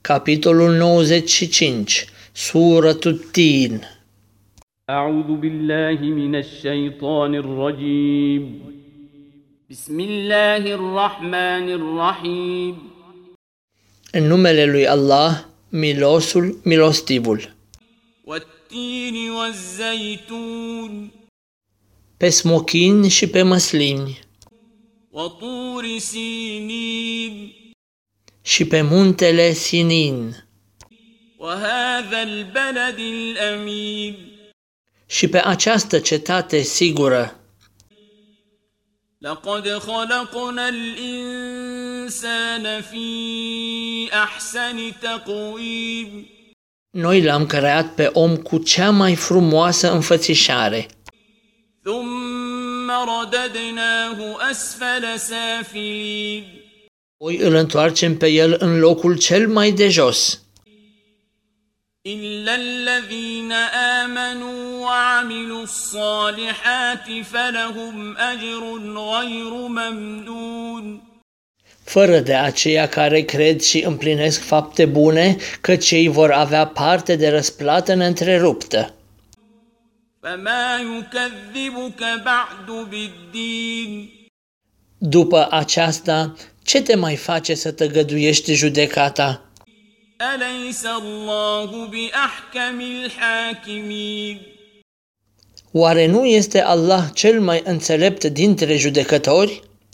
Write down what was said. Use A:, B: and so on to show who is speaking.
A: Capitolul 95. Suratul Tin.
B: أعوذ بالله من الشيطان الرجيم بسم الله الرحمن الرحيم
A: În numele lui Allah, milosul, milostivul.
B: والتين والزيتون
A: Pe smochin și pe măslini
B: وطور سينين
A: și pe muntele Sinin
B: وهذا البلد الأمين
A: și pe această cetate sigură.
B: لقد خلقنا الإنسان في أحسن تقويم
A: Noi l-am creat pe om cu cea mai frumoasă înfățișare,
B: ثم رددناه أسفل سافلين
A: Apoi îl întoarcem pe el în locul cel mai de jos,
B: إلا الذين آمنوا وعملوا الصالحات فلهم أجر غير ممنون
A: fără de aceia care cred și împlinesc fapte bune, că cei vor avea parte de răsplată neîntreruptă.
B: فما يكذبك بعد بالدين
A: După aceasta, ce te mai face să tăgăduiești judecata?
B: أليس الله بأحكم الحاكمين
A: Oare nu este Allah cel mai înțelept dintre judecători?